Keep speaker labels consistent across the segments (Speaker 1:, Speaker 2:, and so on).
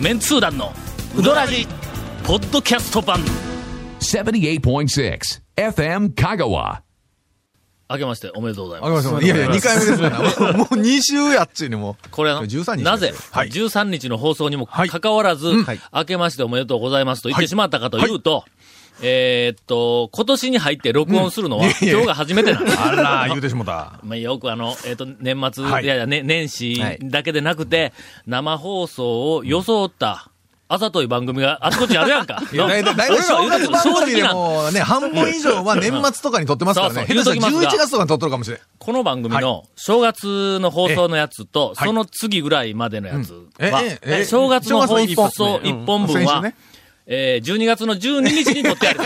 Speaker 1: メンツー団のウドラジポッドキャスト版
Speaker 2: 78.6 FM Kagawa.
Speaker 1: 明けましておめでとうござい
Speaker 3: あご
Speaker 1: ま
Speaker 3: めん
Speaker 1: す
Speaker 3: なさいいやいや、2回目ですから。もう2週やっちゅうにもう。
Speaker 1: これは
Speaker 3: 13日。
Speaker 1: なぜ、
Speaker 3: はい。
Speaker 1: 13日の放送にも
Speaker 3: は
Speaker 1: か
Speaker 3: い
Speaker 1: かわらず、
Speaker 3: はい
Speaker 1: 明けましておめでとうございますと言ってしまったかというと、えーっと、今年に入って録音するのは、
Speaker 3: うんいやいや
Speaker 1: 今日が初めてなん です。
Speaker 3: あら、言うてしもた。
Speaker 1: まあ、よくあの、えっ、と、年末、、
Speaker 3: はいい
Speaker 1: やいや、ね、年始
Speaker 3: はい
Speaker 1: だけでなくて、生放送を装った、あざとい番組があちこちあるやんか。
Speaker 3: いや、だいたい、だいたい正月番組でもね、半分以上は年末とかに撮ってますから
Speaker 1: そう
Speaker 3: ね。
Speaker 1: そう
Speaker 3: 下手したら
Speaker 1: 言うときますが
Speaker 3: 11月とかに撮ってるかもしれん。
Speaker 1: この番組の正月の放送のやつと、
Speaker 3: はい
Speaker 1: その次ぐらいまでのやつは、
Speaker 3: ええええ
Speaker 1: 正月の放
Speaker 3: 正月の
Speaker 1: 送
Speaker 3: 一本うん
Speaker 1: 1本分
Speaker 3: 先週
Speaker 1: は
Speaker 3: ね、
Speaker 1: えー12月の12日に撮ってある。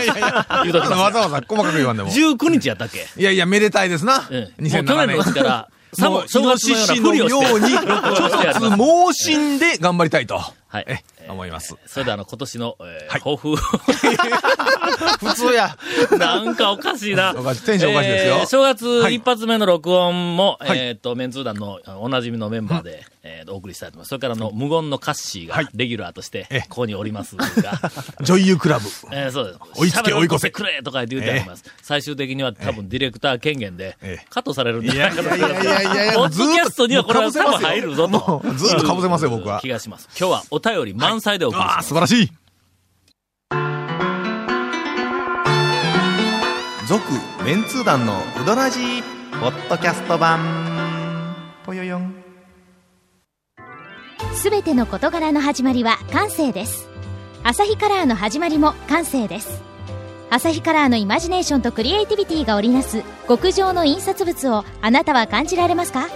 Speaker 1: 言うときま
Speaker 3: わ
Speaker 1: す
Speaker 3: ざわざ細かく言わんでも。
Speaker 1: 19日やったっけ
Speaker 3: いやいや、めでたいですな。
Speaker 1: ええもう去
Speaker 3: 2007
Speaker 1: 年の
Speaker 3: 年。
Speaker 1: うちから、さ
Speaker 3: も
Speaker 1: も
Speaker 3: う、
Speaker 1: 正
Speaker 3: 正
Speaker 1: 月
Speaker 3: 月
Speaker 1: のような
Speaker 3: の
Speaker 1: ふりを
Speaker 3: よ
Speaker 1: して
Speaker 3: うに、
Speaker 1: 録音してやります
Speaker 3: 猛進で頑張りたいと。
Speaker 1: はい
Speaker 3: ええ思います。
Speaker 1: それであの、今年の、えー
Speaker 3: はい
Speaker 1: 抱負を
Speaker 3: 普通や。
Speaker 1: なんかおかしいな。
Speaker 3: おかしいテンションおかしいですよ
Speaker 1: えー正月
Speaker 3: はい
Speaker 1: 一発目の録音も、
Speaker 3: はい
Speaker 1: えっ、と、メンツー団のあのおなじみのメンバーで、えーお送りしたいと思います。それからあの、無言のカッシーが
Speaker 3: はい
Speaker 1: レギュラーとして
Speaker 3: ええ、
Speaker 1: ここにおりますが、
Speaker 3: 女優クラブ。
Speaker 1: えーそうです。
Speaker 3: 追いつけ
Speaker 1: 喋らんと
Speaker 3: 追い越せ
Speaker 1: くれとか言って言うてあります。最終的には多分ディレクター権限で
Speaker 3: ええ、
Speaker 1: カットされるんじゃないかと。
Speaker 3: いやいやいやいやいや
Speaker 1: ポッドキャストにはこれは多分入るぞと
Speaker 3: も。うずっと被せますよ僕は
Speaker 1: 気がします。今日はお便り満載でお送りし
Speaker 3: あ
Speaker 1: ま
Speaker 3: あ、
Speaker 1: す
Speaker 3: 素。晴らしい。
Speaker 4: 続メンツー団のウドラジーポッドキャスト版ぽよよん
Speaker 5: すべての事柄の始まりは感性ですアサヒカラーの始まりも感性ですアサヒカラーのイマジネーションとクリエイティビティが織りなす極上の印刷物をあなたは感じられますか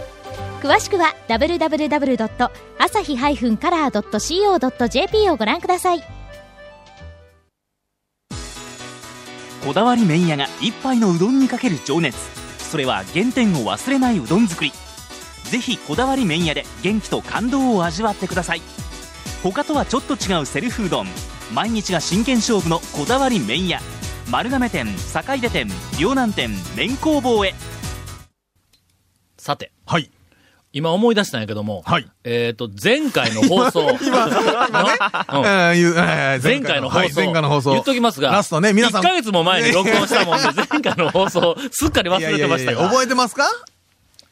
Speaker 5: 詳しくは www.asahi-color.co.jp をご覧ください
Speaker 6: こだわり麺屋が一杯のうどんにかける情熱それは原点を忘れないうどん作りぜひこだわり麺屋で元気と感動を味わってください他とはちょっと違うセルフうどん毎日が真剣勝負のこだわり麺屋丸亀店坂出店両南店麺工房へ
Speaker 1: さて、
Speaker 3: はい。
Speaker 1: 今思い出したんやけども、
Speaker 3: はい
Speaker 1: えっ、と、前回の放 送。
Speaker 3: え
Speaker 1: のうん
Speaker 3: ーいうえー
Speaker 1: 前回の放送、
Speaker 3: はい前回の放送。
Speaker 1: 言っときますが、
Speaker 3: ラストね、皆さん。
Speaker 1: 1ヶ月も前に録音したもん で、前回の放送、すっかり忘れてました
Speaker 3: いやいやいや
Speaker 1: が、
Speaker 3: 覚えてますか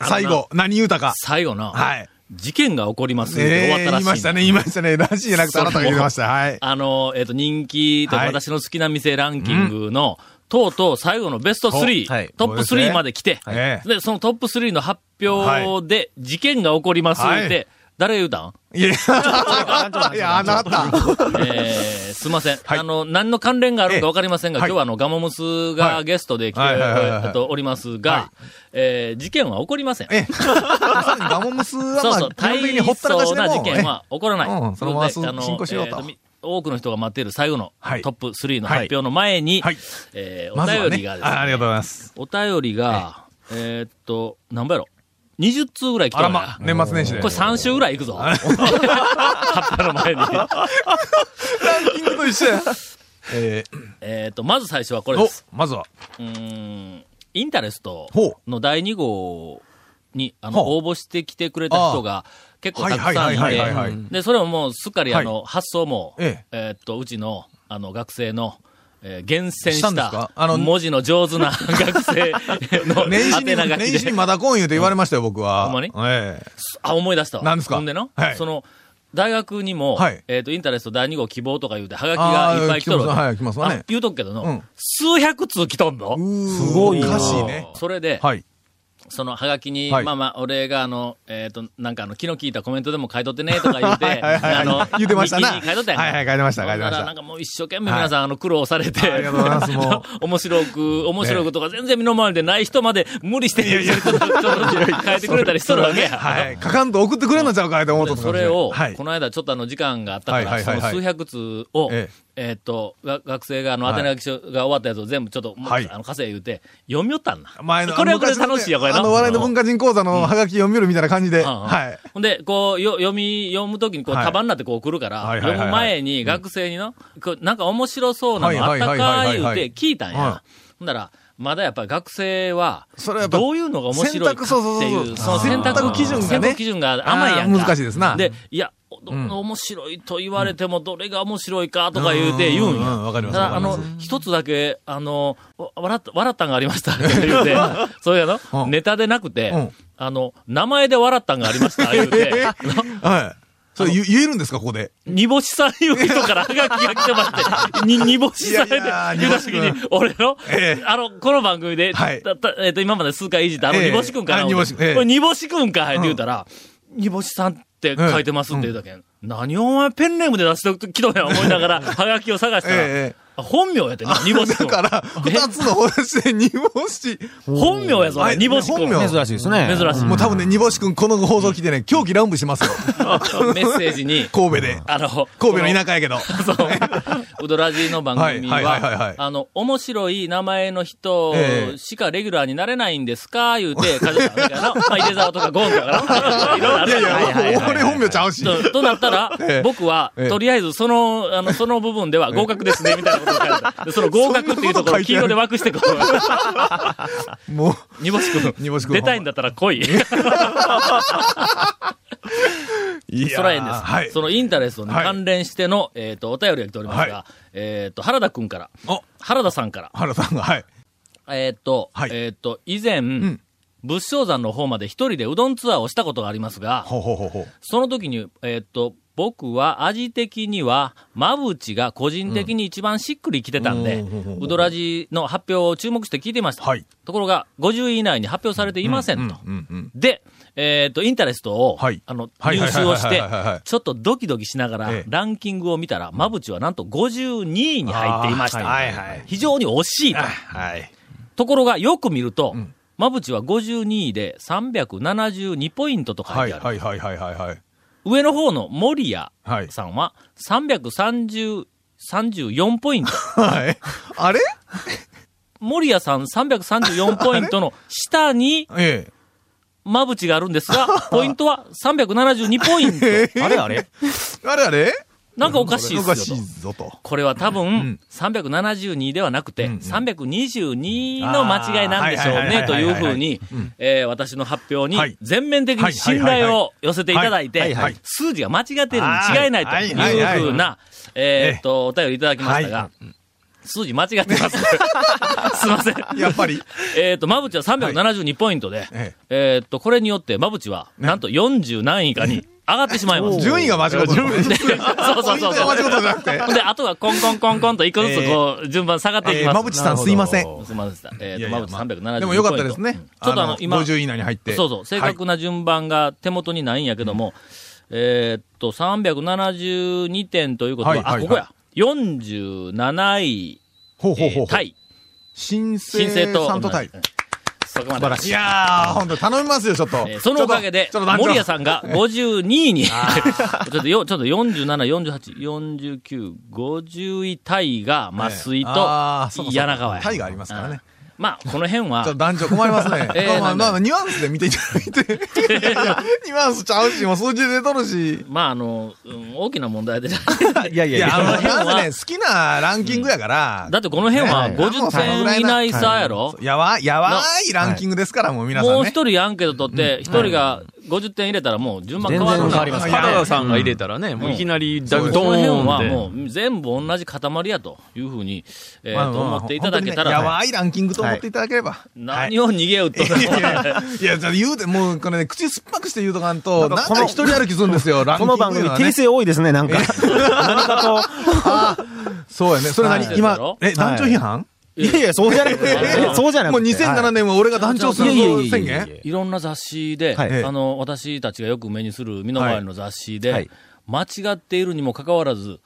Speaker 3: 最後、何言うたか。
Speaker 1: 最後な、
Speaker 3: はい。
Speaker 1: 事件が起こりますって終
Speaker 3: え
Speaker 1: わっ
Speaker 3: え
Speaker 1: たらし
Speaker 3: 言
Speaker 1: い
Speaker 3: い
Speaker 1: の、
Speaker 3: ましたね、言いましたね。らしいじゃなくて、あなたが言ってました。はい。
Speaker 1: あの、えっ、と、人気とか
Speaker 3: はい
Speaker 1: 私の好きな店ランキングの、とうとう最後のベスト3、
Speaker 3: はい
Speaker 1: トップ
Speaker 3: そうです
Speaker 1: 3
Speaker 3: ね
Speaker 1: まで来て、
Speaker 3: はいええ
Speaker 1: で、そのトップ3の発表で、事件が起こりますって、
Speaker 3: はい
Speaker 1: 誰が言うたん
Speaker 3: いや、いや、あなた。
Speaker 1: えーすいません。
Speaker 3: はい
Speaker 1: あの、何の関連がある
Speaker 3: ええ
Speaker 1: かわかりませんが、
Speaker 3: はい
Speaker 1: 今日はあの、ガモムス
Speaker 3: は
Speaker 1: が
Speaker 3: い
Speaker 1: ゲストで来て、
Speaker 3: はいはいはいはい
Speaker 1: えっとおりますが、
Speaker 3: はい
Speaker 1: えー事件は起こりません。
Speaker 3: ええ、まさにガモムスは、
Speaker 1: そう
Speaker 3: ま
Speaker 1: そ
Speaker 3: あ
Speaker 1: う、、
Speaker 3: 基本
Speaker 1: 大
Speaker 3: 的にほったらかし
Speaker 1: 層
Speaker 3: で
Speaker 1: な事
Speaker 3: も、
Speaker 1: 件は起こらない。
Speaker 3: うんそのまま
Speaker 1: ということで
Speaker 3: 進行しようと
Speaker 1: えーみ多くの人が待っている最後の
Speaker 3: はい
Speaker 1: トップ3の
Speaker 3: はい
Speaker 1: 発表の前に、
Speaker 3: はい
Speaker 1: えー
Speaker 3: まずは
Speaker 1: お便り
Speaker 3: ね、
Speaker 1: がですね
Speaker 3: あありがとうございます。
Speaker 1: お便りが、えーっと、何倍やろ ?20 通ぐらい来
Speaker 3: あ
Speaker 1: た
Speaker 3: ら
Speaker 1: のかな
Speaker 3: ま、年末年始で。
Speaker 1: これ3週ぐらい行くぞ。発 表の前に。
Speaker 3: キングと一緒や。ええ
Speaker 1: えーっと、まず最初はこれで
Speaker 3: お
Speaker 1: す。、
Speaker 3: まずは、
Speaker 1: うーん、インタレスト
Speaker 3: ほ
Speaker 1: の第2号に、あ
Speaker 3: ほ
Speaker 1: の、
Speaker 3: う
Speaker 1: 応募してきてくれた人が結構たくさんい
Speaker 3: はいはいはいはいは
Speaker 1: て
Speaker 3: い、
Speaker 1: で、それももうすっかり
Speaker 3: は
Speaker 1: あ
Speaker 3: い
Speaker 1: の、発想も、え
Speaker 3: え
Speaker 1: ーっと、うちの、あの、学生の、えー厳選
Speaker 3: した
Speaker 1: し
Speaker 3: んですか
Speaker 1: た、
Speaker 3: あの
Speaker 1: 文字の上手な 学生の
Speaker 3: 年始に、
Speaker 1: 宛名
Speaker 3: 年
Speaker 1: 書
Speaker 3: 始
Speaker 1: き
Speaker 3: に
Speaker 1: で、
Speaker 3: まだ来ん言うて言われましたよ、僕は。
Speaker 1: ほんまに
Speaker 3: ええ
Speaker 1: あ、思い出したわ。
Speaker 3: 何ですか
Speaker 1: ほんでの
Speaker 3: は、い
Speaker 1: その、大学にも
Speaker 3: はい、
Speaker 1: えーっと、インタレスト第2号希望とか言うて、はがきがいっぱい来とる
Speaker 3: あー来てますはい来ますわね
Speaker 1: あ言うとくけど
Speaker 3: う
Speaker 1: の
Speaker 3: ん、
Speaker 1: 数百通来とんの
Speaker 3: すごいおかしいね。
Speaker 1: それで、
Speaker 3: はい。
Speaker 1: そのハガキに、
Speaker 3: はい
Speaker 1: まあまあ、俺が、あの、えっ、と、なんかあの、気の利いたコメントでも書いとってね、とか言って、
Speaker 3: はいはいはい
Speaker 1: あの、
Speaker 3: 言ってましたな
Speaker 1: 日記に書いとったやんか
Speaker 3: はいはい書いてました書いてま
Speaker 1: ほ
Speaker 3: した
Speaker 1: んならなんかもう一生懸命皆さん、あの、苦労されて、
Speaker 3: ありがとうございますも う
Speaker 1: 面白く、面白くとか、全然身の回りでない人まで、無理して、ちょっと、ちょっと書いてくれたりしとるわけや。
Speaker 3: はい。かかんと送ってくれんのちゃうかいと思うと
Speaker 1: で
Speaker 3: った
Speaker 1: それを、
Speaker 3: はい
Speaker 1: こ。の間ちょっとあの時間があったから、
Speaker 3: はいはいはいはい
Speaker 1: その数百通を、え
Speaker 3: え
Speaker 1: っと、が学生があの、宛名書きが終わったやつを全部ちょっと、もう
Speaker 3: はい
Speaker 1: あの、稼い言うて、読みよったんだ。
Speaker 3: 前の、
Speaker 1: これはこれで楽しいや、これな
Speaker 3: あの、笑いの文化人講座のハガキ読みよるみたいな感じで。
Speaker 1: うんうん
Speaker 3: はい。
Speaker 1: ほんで、こう、よ読み、読むときに、こう、
Speaker 3: はい
Speaker 1: 束になってこう来るから、
Speaker 3: はいはいはい
Speaker 1: 読
Speaker 3: はい
Speaker 1: む前に学生にの、こうなんか面白そうなのあ
Speaker 3: は
Speaker 1: っ
Speaker 3: い
Speaker 1: た
Speaker 3: はいはい
Speaker 1: か
Speaker 3: はい
Speaker 1: 言う
Speaker 3: はい
Speaker 1: て聞いたんや
Speaker 3: は。
Speaker 1: ほんだら、まだやっぱり学生は、
Speaker 3: それはやっぱ
Speaker 1: どういうのが面白いかって
Speaker 3: 選択そうそうそう
Speaker 1: いう、
Speaker 3: そう
Speaker 1: 選択
Speaker 3: 選択基準がね
Speaker 1: 選択基準が甘いやんか。
Speaker 3: あー難しいですな
Speaker 1: で、いや、おど
Speaker 3: うん
Speaker 1: 面白いと言われても、どれが面白いかとか言うて言うん
Speaker 3: うんうんうん
Speaker 1: や。
Speaker 3: わかります
Speaker 1: ただ、あ
Speaker 3: わ
Speaker 1: の
Speaker 3: かり、
Speaker 1: 一つだけ、あの、わ笑った、笑ったんがありましたって言 うて、そういうの、
Speaker 3: うん
Speaker 1: ネタでなく
Speaker 3: う
Speaker 1: て
Speaker 3: ん、
Speaker 1: あの、名前で笑ったんがありました 言うて、
Speaker 3: はい。それ言言えるんですか、ここで。
Speaker 1: 煮干しさんいう人からハガキが来てま して、に煮干しさんで
Speaker 3: いやいや
Speaker 1: 言うた時
Speaker 3: 煮干し
Speaker 1: に、俺の
Speaker 3: ええ、
Speaker 1: あの、この番組で、
Speaker 3: はい
Speaker 1: たたえっと、今まで数回いじったあの
Speaker 3: ええ
Speaker 1: 煮干しくんかな
Speaker 3: あ煮干しええ
Speaker 1: これ煮干しくんかいって言うたら、煮干しさんって書いてますって言うだけん。何をお前ペンネームで出しておくときどや思いながら、ハガキを探したら、
Speaker 3: ええ。
Speaker 1: あ本名やってね、煮干しく
Speaker 3: だ
Speaker 1: ん。
Speaker 3: から、
Speaker 1: ね
Speaker 3: 二つの方針で 煮干し。
Speaker 1: 本名やぞ、
Speaker 3: はい
Speaker 1: 煮干しくん。
Speaker 3: 本
Speaker 1: 珍
Speaker 3: 名
Speaker 7: 珍しいですね。
Speaker 1: しい。
Speaker 3: もう多分ね、煮干しくん、この放送聞いてね、狂気乱舞しますよ。
Speaker 1: メッセージに、
Speaker 3: 神戸で。
Speaker 1: あの、
Speaker 3: 神戸の田舎やけど。
Speaker 1: そう。ウドラジの番組は、
Speaker 3: はいはいはいはいはい
Speaker 1: あの、面白い名前の人
Speaker 3: ええ
Speaker 1: しかレギュラーになれないんですか言うて、カジュさんみたい な、まあ、井出沢とかゴンとかな、い ろいろあ
Speaker 3: い
Speaker 1: る
Speaker 3: やい
Speaker 1: やん
Speaker 7: はいはいはい
Speaker 3: や
Speaker 7: は、い
Speaker 3: 俺本名ちゃうし。
Speaker 1: ととなったら、
Speaker 3: ええ
Speaker 1: 僕は、
Speaker 3: ええ
Speaker 1: とりあえず、その、あの、その部分では合格ですね、みたいなことを書いてた。でその合格っていうところ、黄色で枠してこう。
Speaker 3: もう。
Speaker 1: 煮干し
Speaker 3: 煮干し
Speaker 1: くん、出
Speaker 3: 君
Speaker 1: たいんだったら来い。
Speaker 3: い
Speaker 1: そらええんです。
Speaker 3: はい。
Speaker 1: そのインタレストに
Speaker 3: はい
Speaker 1: 関連しての、えっ、と、お便りが来ておりますが、
Speaker 3: は
Speaker 1: えっと、原田くんから、
Speaker 3: お
Speaker 1: 原田さんから、
Speaker 3: 原さんが、はい。
Speaker 1: えーっと、
Speaker 3: はい
Speaker 1: えーっと、以前、
Speaker 3: ん
Speaker 1: 仏正山の方まで一人でうどんツアーをしたことがありますが、
Speaker 3: ほうほうほうほう。
Speaker 1: その時に、えーっと、僕は味的には、まぶちが個人的に一番しっくりきてたんで、うどらじの発表を注目して聞いてました。
Speaker 3: はい
Speaker 1: ところが、50位以内に発表されていませんと。
Speaker 3: うんうん。
Speaker 1: で、えーっと、インタレストを、
Speaker 3: はい
Speaker 1: あの、
Speaker 3: はい
Speaker 1: 入
Speaker 3: はいはい
Speaker 1: 手
Speaker 3: はい
Speaker 1: をして
Speaker 3: はいはいはい、
Speaker 1: ちょっとドキドキしながら、
Speaker 3: ええ
Speaker 1: ランキングを見たら、まぶちはなんと52位に入っていました。
Speaker 4: はいはい。
Speaker 1: 非常に惜しいと。
Speaker 4: はい。
Speaker 1: ところが、よく見ると、まぶちは52位で372ポイントと書
Speaker 3: はいい
Speaker 1: てある。
Speaker 3: はいはいはいはいはい。
Speaker 1: 上の方の森谷
Speaker 3: はい。
Speaker 1: さんは330、34ポイント。
Speaker 3: はい。あれ
Speaker 1: 森谷さん334ポイントの下に
Speaker 3: え
Speaker 1: まぶちがあるんですが、ポイントは372ポイント。
Speaker 7: あれあれ
Speaker 3: え。あれあれ
Speaker 1: なんかおかしい
Speaker 3: おか
Speaker 1: です
Speaker 3: し
Speaker 1: よと。
Speaker 3: いぞと。
Speaker 1: これは多分
Speaker 3: ん、
Speaker 1: 372ではなくて、322の間違いなんでしょう
Speaker 3: あーはいはいはいはい
Speaker 1: ね、
Speaker 3: はい
Speaker 1: というふうに、えー私の発表
Speaker 3: は
Speaker 1: に
Speaker 3: い
Speaker 1: 全面的に信頼を寄せていただい
Speaker 3: は
Speaker 1: て
Speaker 3: いはいはい、
Speaker 1: 数字が間違っているに違いないと
Speaker 4: はい
Speaker 1: い
Speaker 4: はいう
Speaker 3: はい
Speaker 1: ふうな、えーっと、お便りいただきましたが
Speaker 3: は、
Speaker 1: 数字間違って ます。すいません。
Speaker 3: やっぱり。
Speaker 1: えーっと、まぶちは372ポイントで、
Speaker 3: ええ
Speaker 1: えーっと、これによってまぶちは、なんと40何位かに上がってしまいます。
Speaker 3: 順位が間違った。 順位
Speaker 1: そうそうそうそう
Speaker 3: が間違ったじゃなくて。
Speaker 1: で、あとはコンコンコンコンと一個ずつこう、順番下がっていき
Speaker 3: え
Speaker 1: ま
Speaker 3: ー、
Speaker 1: す。
Speaker 3: まぶちさんすいません。
Speaker 1: すみませんでした。えっ、
Speaker 3: い
Speaker 1: と、
Speaker 3: やい
Speaker 1: ま
Speaker 3: や
Speaker 1: ぶち
Speaker 3: まあ
Speaker 1: 370ポイント。
Speaker 3: でもよかったですね
Speaker 1: うん。ちょっとあの、今、
Speaker 3: 50位以内に入って。
Speaker 1: そうそう、正確な順番が手元にないんやけども、えーっと、372点ということは、
Speaker 3: はいはいはい
Speaker 1: あ、ここや。47位、
Speaker 3: ほうほう
Speaker 1: え
Speaker 3: ほう
Speaker 1: ー、
Speaker 3: ほう。
Speaker 1: 対、
Speaker 3: 新
Speaker 1: 新
Speaker 3: 生
Speaker 1: 生と
Speaker 3: さ
Speaker 1: 同
Speaker 3: ん
Speaker 1: じ、
Speaker 3: と対。
Speaker 1: そこまで。
Speaker 3: いやー、ほんと頼みますよ、ちょっと
Speaker 1: えー。そのおかげで、森谷
Speaker 3: ん。
Speaker 1: さんが52位 に、ちょっと よ、ちょっと47、48、49、50位タイが、増井と
Speaker 3: あーそうかそうか、
Speaker 1: 柳川や。
Speaker 3: タイがありますからね
Speaker 1: うん。まあ、この辺
Speaker 3: ちょっと
Speaker 1: は、。
Speaker 3: 男女困りますね
Speaker 1: えー
Speaker 3: ま
Speaker 1: な
Speaker 3: あ
Speaker 1: んだ
Speaker 3: まあまあ、ニュアンスで見ていただいて。いやいや、ニュアンスちゃうし、もう数字で出とるし。
Speaker 1: まあ、あの、うん大きな問題でない。
Speaker 7: いやい
Speaker 3: い
Speaker 7: やい
Speaker 3: や、あ
Speaker 7: や。
Speaker 3: の、なんせね、好きなランキングやから。
Speaker 1: だってこの辺は
Speaker 3: もうそのぐ
Speaker 1: 50
Speaker 3: ら
Speaker 1: 点
Speaker 3: い
Speaker 1: 以
Speaker 3: な
Speaker 1: 内さやろ
Speaker 3: やわ、やわーいランキングですから、もう皆さんね。
Speaker 1: もう一人アンケート取って、一人が50点入れたらもう順番変
Speaker 7: 全然
Speaker 1: わるんだ
Speaker 7: 変わりますから
Speaker 3: いやいや
Speaker 7: ね
Speaker 8: 原田さんが入れたらね、もういきなりダ
Speaker 3: う
Speaker 8: ウ
Speaker 3: ん
Speaker 8: ド
Speaker 1: この辺は
Speaker 8: ーンっ
Speaker 1: もう全部同じ塊やというふうに、え
Speaker 3: まあ
Speaker 1: ー、
Speaker 3: ま
Speaker 1: と
Speaker 3: あま
Speaker 1: 思
Speaker 3: あ
Speaker 1: っていただけた
Speaker 3: 本当にねや
Speaker 1: ら、
Speaker 3: わいランキングと思っていただければ。
Speaker 1: 何を逃げようと。
Speaker 3: いやいや、いや、じゃあ言うて、もう、これね、口酸っぱくして言うとかんと、なんか一人歩きするんですよ、ランキ
Speaker 7: こ
Speaker 3: ングいう
Speaker 7: の番
Speaker 3: の
Speaker 7: 組、
Speaker 3: はね
Speaker 7: 訂正多いですね、なんか。何か
Speaker 3: そうやね。それ何
Speaker 1: はい
Speaker 3: 今
Speaker 1: だろ、
Speaker 3: え、団長批判
Speaker 7: と。いやいや、そうじ ゃなくて
Speaker 1: ええ。
Speaker 7: そうじゃな
Speaker 3: もう
Speaker 7: くて。
Speaker 3: 2007年は俺が団長する
Speaker 7: いやいやいやいや
Speaker 3: 宣
Speaker 7: いやいや
Speaker 3: 言
Speaker 1: いろんな雑誌で、
Speaker 7: はい
Speaker 1: あの、私たちがよく目にする身の回りの雑誌で、
Speaker 7: はい
Speaker 1: 間違っているにもかかわらず、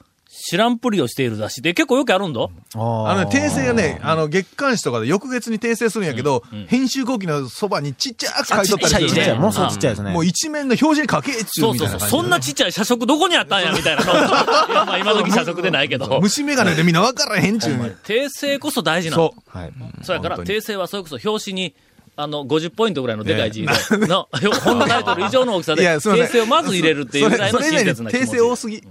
Speaker 1: 知らんぷりをしている雑誌で結構よくあるんだ。
Speaker 7: あ
Speaker 3: あのね、
Speaker 7: の
Speaker 3: 訂正がね、あの、月刊誌とかで翌月に訂正するんやけど、編集後期のそばにちっちゃく書いとっ
Speaker 7: ちっち
Speaker 3: た
Speaker 7: ゃ
Speaker 3: り
Speaker 7: い、ち
Speaker 3: す
Speaker 7: っ
Speaker 3: る
Speaker 7: ちゃい。
Speaker 3: ね。
Speaker 7: もうすぐちっちゃいですね。
Speaker 3: もう一面の表示に書けっちゅう
Speaker 1: そう
Speaker 3: み
Speaker 1: そ
Speaker 3: た
Speaker 1: うそ
Speaker 3: いな
Speaker 1: う。
Speaker 3: 感じ。
Speaker 1: そんなちっちゃい社食どこにあったんや、みたいな の。いやまあ今時社食でないけど。
Speaker 3: 虫眼鏡でみんな分からへんちゅうねん。
Speaker 1: 訂正こそ大事なの
Speaker 3: そ。
Speaker 7: はい。
Speaker 1: そうやから、
Speaker 3: 本当
Speaker 1: 訂正はそれこそ表紙に、あの、50ポイントぐらいのでかい 字で、の、 本のタイトル以上の大きさ
Speaker 3: い
Speaker 1: で、
Speaker 3: やすいません
Speaker 1: 訂正をまず入れるっていうぐらいの
Speaker 3: それ
Speaker 1: 親
Speaker 3: それ以外
Speaker 1: 切
Speaker 3: に
Speaker 1: な気持ち
Speaker 3: 訂正多すぎ。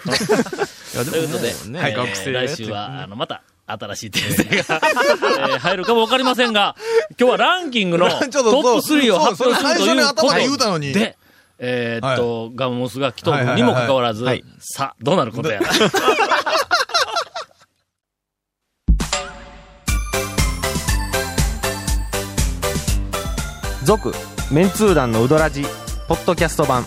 Speaker 1: そうということで、
Speaker 8: ね
Speaker 1: えー
Speaker 8: 学生がや
Speaker 1: 来
Speaker 8: って
Speaker 1: 週は、あの、また、新しい訂正 が、えー入るかもわかりませんが、今日はランキングのト
Speaker 3: ちょ
Speaker 1: ッ
Speaker 3: っ
Speaker 1: プ
Speaker 3: とそう
Speaker 1: 3を発表するという
Speaker 3: そうそれ最初に
Speaker 1: こ
Speaker 3: 頭で言うたの
Speaker 1: と
Speaker 3: に
Speaker 1: で、えーっと、ガモスが来とるにもかかわらず、
Speaker 7: はいはいは
Speaker 1: さあ、どうなることやら。
Speaker 7: 続、メンツー団のうどらじ、ポッドキャスト版。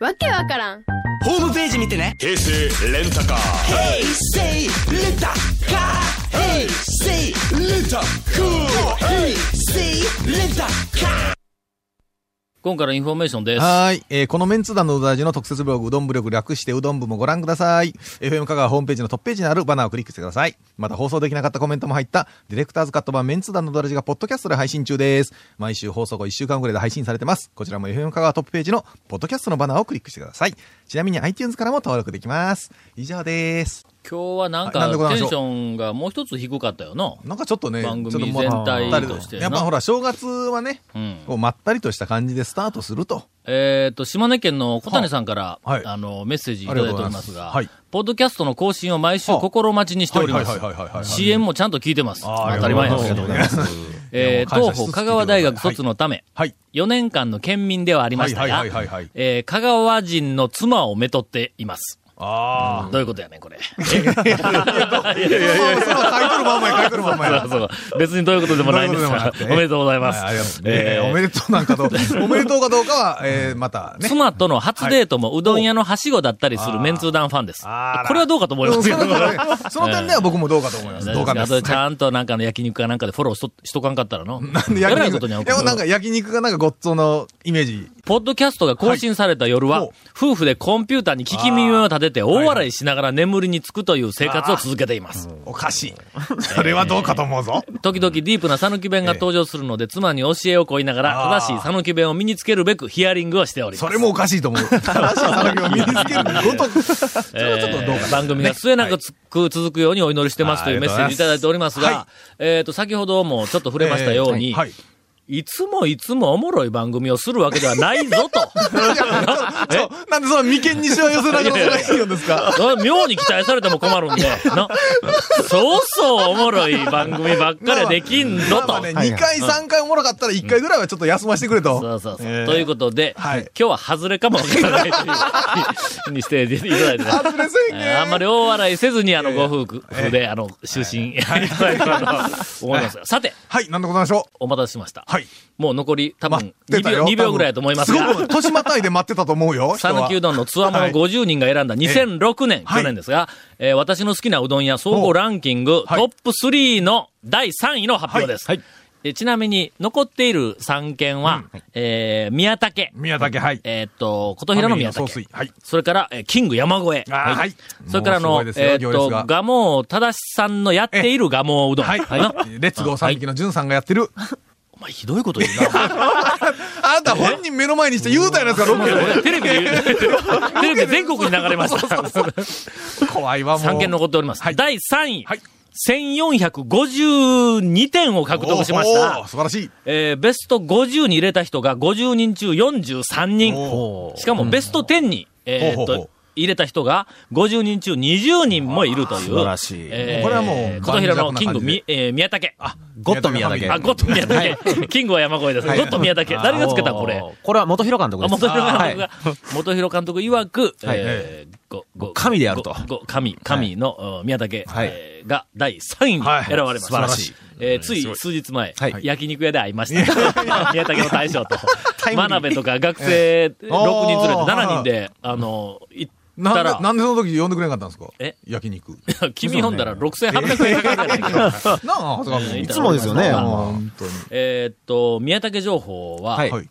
Speaker 9: わけわからん
Speaker 1: 今回のインフォメーションです。
Speaker 3: はーい。えーこのメンツ団のうどらじの特設ブログ、うどん部力略してうどん部もご覧ください。FM 香川ホームページのトップページにあるバナーをクリックしてください。また放送できなかったコメントも入った、ディレクターズカット版メンツ団のうどらじがポッドキャストで配信中です。毎週放送後1週間ぐらいで配信されてます。こちらも FM 香川トップページのポッドキャストのバナーをクリックしてください。ちなみに iTunes からも登録できます。以上です。
Speaker 1: 今日はなん
Speaker 3: は
Speaker 1: か
Speaker 3: いなんでござい
Speaker 1: テ
Speaker 3: ま
Speaker 1: ン
Speaker 3: し
Speaker 1: シ
Speaker 3: ょう
Speaker 1: ョンがもう一つ低かったよな。
Speaker 3: なんかちょっとね、
Speaker 1: 番組
Speaker 3: ちょっともう
Speaker 1: 全体としてな
Speaker 3: やっぱほら、正月はね、
Speaker 1: うん
Speaker 3: こうまったりとした感じでスタートすると。
Speaker 1: えっ、と、島根県の小谷さんから、
Speaker 3: はい
Speaker 1: あの、メッセージいただいておりますが、
Speaker 3: ありがとうございますは
Speaker 1: ポッドキャストの更新を毎週心待ちにしておりま
Speaker 3: は
Speaker 1: す
Speaker 3: いはいはいはいはいは。い
Speaker 1: CM もちゃんと聞いてます。
Speaker 3: あー
Speaker 1: 当たり前や
Speaker 3: ありがとうございます
Speaker 1: えー
Speaker 3: いやもう感謝
Speaker 1: 東
Speaker 3: しつつ
Speaker 1: 方香川大学卒のため、
Speaker 3: はい。
Speaker 1: 4年間の県民ではありましたが
Speaker 3: はいはいはいはいはい、
Speaker 1: えー香川人の妻をめとっています。
Speaker 3: ああ。
Speaker 1: どういうことやねん、これ。
Speaker 3: いやいやいや、それは買い取るまんまや、買い取るまんまや。
Speaker 1: そうそう別にどういうことでもないんですが、おめでとうございま
Speaker 3: はいありがと
Speaker 1: す。
Speaker 3: うね
Speaker 1: えー
Speaker 3: おめでとうなんかどう、おめでとうかどうかは、えーまたね。
Speaker 1: 妻との初デートもうどん屋のはしごだったりするメンツー団ファンです。こ
Speaker 3: あら
Speaker 1: れはどうかと思いま
Speaker 3: その
Speaker 1: すけ
Speaker 3: そ
Speaker 1: ど。
Speaker 3: の点でその点では僕もどうかと思い ます。同感で
Speaker 1: あ
Speaker 3: す
Speaker 1: と。ちゃんとなんかの焼肉かなんかでフォローしとしとかんかったらの。
Speaker 3: なんで
Speaker 1: やらないこ
Speaker 3: 焼
Speaker 1: と
Speaker 3: 肉、
Speaker 1: には
Speaker 3: でもなんか焼肉がなんかごっつおのイメージ。
Speaker 1: ポッドキャストが更新された夜は、
Speaker 3: はい
Speaker 1: 夫婦でコンピューターに聞き耳を立てて大笑いしながら眠りにつくという生活を続けています。
Speaker 3: おかしい。それはどうかと思うぞ。
Speaker 1: 時々ディープな讃岐弁が登場するので、妻に教えをこいながら、正しい讃岐弁を身につけるべくヒアリングをしております。
Speaker 3: それもおかしい と思う。正しいサを身につけるごとく。それはちょっとどう
Speaker 1: え
Speaker 3: か
Speaker 1: ー
Speaker 3: な
Speaker 1: 番組が末永くつく、続くようにお祈りしてますというメッセージいただいておりますが、
Speaker 3: は
Speaker 1: えっ、と、先ほどもちょっと触れましたように、
Speaker 3: えーはい。
Speaker 1: いつもいつもおもろい番組をするわけではないぞと。
Speaker 3: そうなんでその眉間にしわ寄せながらそれがいいんですか
Speaker 1: それ妙に期待されても困るんで、な、そうそうおもろい番組ばっかりできんぞ
Speaker 3: ま
Speaker 1: と
Speaker 3: あ。ね、2回3回おもろかったら1回ぐらいはちょっと休ませてくれと。
Speaker 1: そうそうそう。
Speaker 3: えー
Speaker 1: ということで、
Speaker 3: はい
Speaker 1: 今日は外れかもわからないというにしていただいてます
Speaker 3: 外れせんね
Speaker 1: あんまり大笑いせずに、あの、ご夫婦で、あの、就寝、いただいたらと 思いますが。さて、
Speaker 3: はい、なんでございましょ
Speaker 1: お待たせしました。
Speaker 3: う。はい。
Speaker 1: もう残り多
Speaker 3: 待
Speaker 1: 分
Speaker 3: って
Speaker 1: 2
Speaker 3: た
Speaker 1: 秒、
Speaker 3: よ。
Speaker 1: 2秒ぐらいだと思います
Speaker 3: すごく、
Speaker 1: が、
Speaker 3: 年またいで待ってたと思 うよ。人は
Speaker 1: 讃岐うどんのつわもの
Speaker 3: はい
Speaker 1: 50人が選んだ2006年、
Speaker 3: はい
Speaker 1: 去年ですが、えー私の好きなうどん屋総合ランキングト
Speaker 3: はい
Speaker 1: ップ3の第3位の発表です。
Speaker 3: はいは
Speaker 1: えちなみに、残っている3件は、えー宮武、
Speaker 3: 宮崎、はい。
Speaker 1: えーっと、琴平の宮
Speaker 3: ファミ
Speaker 1: 武
Speaker 3: リーの総帥。はい。
Speaker 1: それから、えーキング山越え。
Speaker 3: あーはい
Speaker 1: それから、あの、
Speaker 3: もうすごいですよ
Speaker 1: えーっと、
Speaker 3: 行列が
Speaker 1: ガモー正さんのやっているガモーうどん。
Speaker 3: はい。
Speaker 1: な
Speaker 3: レッツゴー三匹のんさんがやってる。
Speaker 1: お前、ひどいこと言う な。
Speaker 3: あなた本人目の前にして言うたやないですか、ロ ケで。
Speaker 1: 俺テレ ビで言う、テレビで全国に流れました。
Speaker 3: 怖いわ、もう。
Speaker 1: 3件残っております。
Speaker 3: はい
Speaker 1: 第3位。
Speaker 3: はい
Speaker 1: 1452点を獲得しまし
Speaker 3: おー
Speaker 1: た。
Speaker 3: 素晴らしい。
Speaker 1: えーベスト50に入れた人が50人中43人
Speaker 3: お。
Speaker 1: しかもベスト10に、えーっ
Speaker 3: ほうほうほ
Speaker 1: と
Speaker 3: う、
Speaker 1: 入れた人が50人中20人もいるという。
Speaker 7: 素晴らしい
Speaker 1: えー
Speaker 3: これはもう
Speaker 1: 琴平のキング、
Speaker 3: 盤石な感じで
Speaker 1: みえー宮武。あ、
Speaker 7: ゴッド宮崎。
Speaker 1: ゴッド宮武。キングは山越えです。ゴ
Speaker 7: はい
Speaker 1: ッド宮武。誰がつけたんこれ。
Speaker 7: おー。これは元広監督
Speaker 1: あ
Speaker 7: です。
Speaker 1: 元広監督
Speaker 7: は
Speaker 1: が
Speaker 7: い、
Speaker 1: 元広監督曰く、
Speaker 7: はい
Speaker 1: えーごご
Speaker 7: 神であると
Speaker 1: ごご神、神の、うん宮武、
Speaker 7: はい
Speaker 1: えーが第3位に
Speaker 3: はい
Speaker 1: 選ばれました。
Speaker 7: 素晴らしい。
Speaker 1: えーつい数日前、
Speaker 7: はい
Speaker 1: 焼肉屋で会いました。 宮武の大将 と、真鍋とか学生6人連れて7人で、あの、行った
Speaker 3: なんで、
Speaker 1: ら、
Speaker 3: なんでその時呼んでくれなかったんですか
Speaker 1: え
Speaker 3: 焼肉。な
Speaker 1: 君ほんだら6800円かかるやないか。
Speaker 3: あ、長谷川
Speaker 1: えー
Speaker 3: 君。
Speaker 1: い
Speaker 7: いつもですよね。
Speaker 1: あ
Speaker 3: もう
Speaker 7: も
Speaker 3: 本当に。
Speaker 1: えーっと、宮武情報は、
Speaker 7: はい
Speaker 3: はい。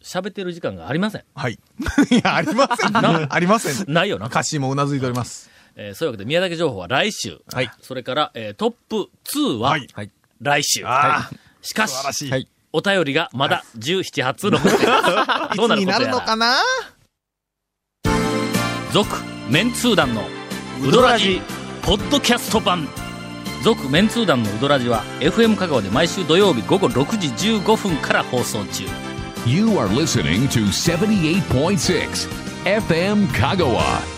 Speaker 1: 喋ってる時間がありません。
Speaker 3: はい。 いや、ありません。ありません。
Speaker 1: ないよな。
Speaker 3: 歌詞もうなずいております。
Speaker 1: えーそういうわけで、宮崎情報は来週。
Speaker 7: はい
Speaker 1: それから、えートップ2は
Speaker 3: はい、
Speaker 7: はい
Speaker 1: 来週。
Speaker 3: あ
Speaker 1: しか
Speaker 3: あ、素晴ら
Speaker 1: し、
Speaker 3: しい。
Speaker 7: はい
Speaker 1: お便りがまだ17発の、 どうなることやら。
Speaker 3: な
Speaker 1: 続、メンツー団の、ウドラジ、ポッドキャスト版。続メンツー団のウドラジは FM 香川で毎週土曜日午後6時15分から放送中
Speaker 2: You are listening to 78.6 FM Kagawa.